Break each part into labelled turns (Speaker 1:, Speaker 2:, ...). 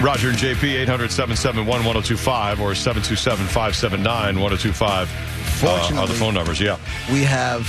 Speaker 1: Roger and JP, 800 771 1025 or 727 579 1025 uh, are the
Speaker 2: Fortunately-
Speaker 1: phone numbers. Yeah.
Speaker 2: we have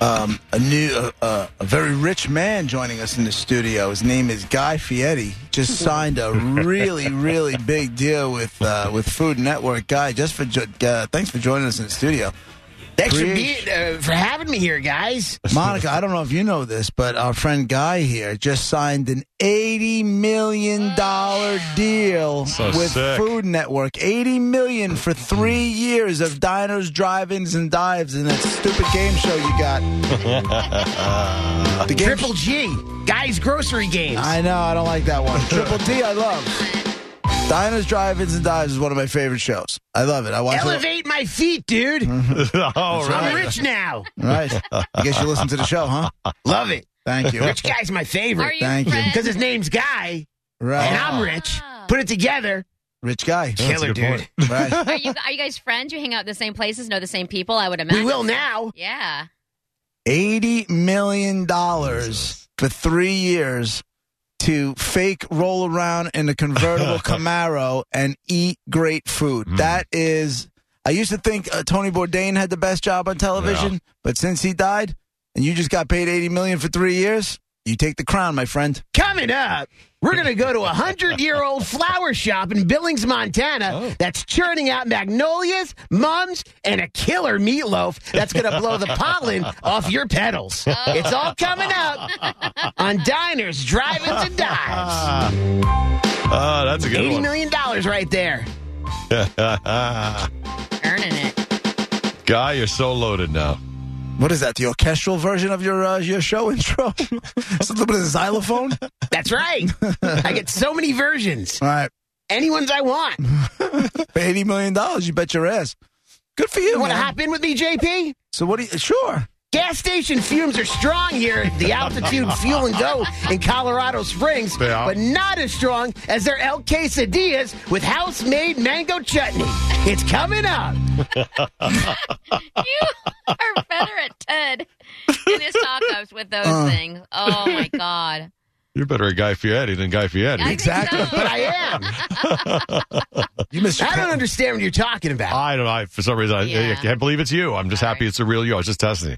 Speaker 2: um, a new, uh, uh, a very rich man joining us in the studio. His name is Guy Fieri. Just signed a really, really big deal with uh, with Food Network. Guy, just for jo- uh, thanks for joining us in the studio.
Speaker 3: Thanks for,
Speaker 2: Preach.
Speaker 3: being, uh, for having me here, guys.
Speaker 2: Monica, I don't know if you know this, but our friend Guy here just signed an eighty million dollar deal
Speaker 1: So
Speaker 2: with
Speaker 1: sick. Hmm.
Speaker 2: Food Network. Eighty million for three years of diners, drive-ins, and dives, and that stupid game show you got. the game
Speaker 3: Triple G, guys, grocery games.
Speaker 2: I know I don't like that one. Triple D, I love. Diners, drive-ins, and dives is one of my favorite shows. I love it. I watch it.
Speaker 3: Elevate my feet, dude.
Speaker 1: All
Speaker 3: I'm
Speaker 1: Mm-hmm. right.
Speaker 3: rich now.
Speaker 2: All right. I guess you listen to the show, huh?
Speaker 3: Love it.
Speaker 2: Thank you.
Speaker 3: Rich guy's my
Speaker 4: Are
Speaker 3: favorite
Speaker 4: you
Speaker 2: Thank you.
Speaker 4: friends?
Speaker 3: because his name's Guy and
Speaker 2: Right,
Speaker 3: I'm rich. Put it together,
Speaker 2: rich guy.
Speaker 1: Yeah, Ah. that's a
Speaker 3: killer,
Speaker 1: good point.
Speaker 3: dude.
Speaker 2: Right.
Speaker 4: Are you are you guys friends? You hang out at the same places, know the same people? I would
Speaker 3: We
Speaker 4: imagine.
Speaker 3: will now.
Speaker 4: Yeah.
Speaker 2: eighty million dollars for three years to fake roll around in a convertible Camaro and eat great food. That is, I used to think uh, Tony Bourdain had the best job on television, but since he died, and you just got paid eighty million for three years, you take the crown, my friend.
Speaker 3: Coming up, we're going to go to a 100 year old flower shop in Billings, Montana that's churning out magnolias, mums, and a killer meatloaf that's going to blow the pollen off your petals. It's all coming up on Diners, Drive ins, and Dives.
Speaker 1: Ah, that's a good
Speaker 3: $80
Speaker 1: one.
Speaker 3: million dollars right there.
Speaker 4: Earning it.
Speaker 1: Guy, you're so loaded now.
Speaker 2: What is that? The orchestral version of your uh, your show intro? It's a little bit of xylophone. All
Speaker 3: That's right. I get so many versions.
Speaker 2: right,
Speaker 3: Any ones I want.
Speaker 2: for eighty million dollars, you bet your ass. Good for you,
Speaker 3: You want to
Speaker 2: man.
Speaker 3: hop in with me, JP?
Speaker 2: so what do you? Sure.
Speaker 3: Gas station fumes are strong here at the altitude fuel and go in Colorado Springs,
Speaker 1: They are.
Speaker 3: but not as strong as their El Quesadillas with house made mango chutney. It's coming up.
Speaker 4: You are better at Ted in his tacos with those things. Oh my god.
Speaker 1: You're better at Guy Fieri than Guy Fieri.
Speaker 4: I think
Speaker 2: Exactly.
Speaker 4: so.
Speaker 3: But I am.
Speaker 2: You missed. your
Speaker 3: I don't
Speaker 2: call.
Speaker 3: understand what you're talking about.
Speaker 1: I don't know. I, for some reason, I,
Speaker 4: Yeah.
Speaker 1: I can't believe it's you. I'm just
Speaker 4: All
Speaker 1: happy
Speaker 4: right.
Speaker 1: it's the real you. I was just testing you.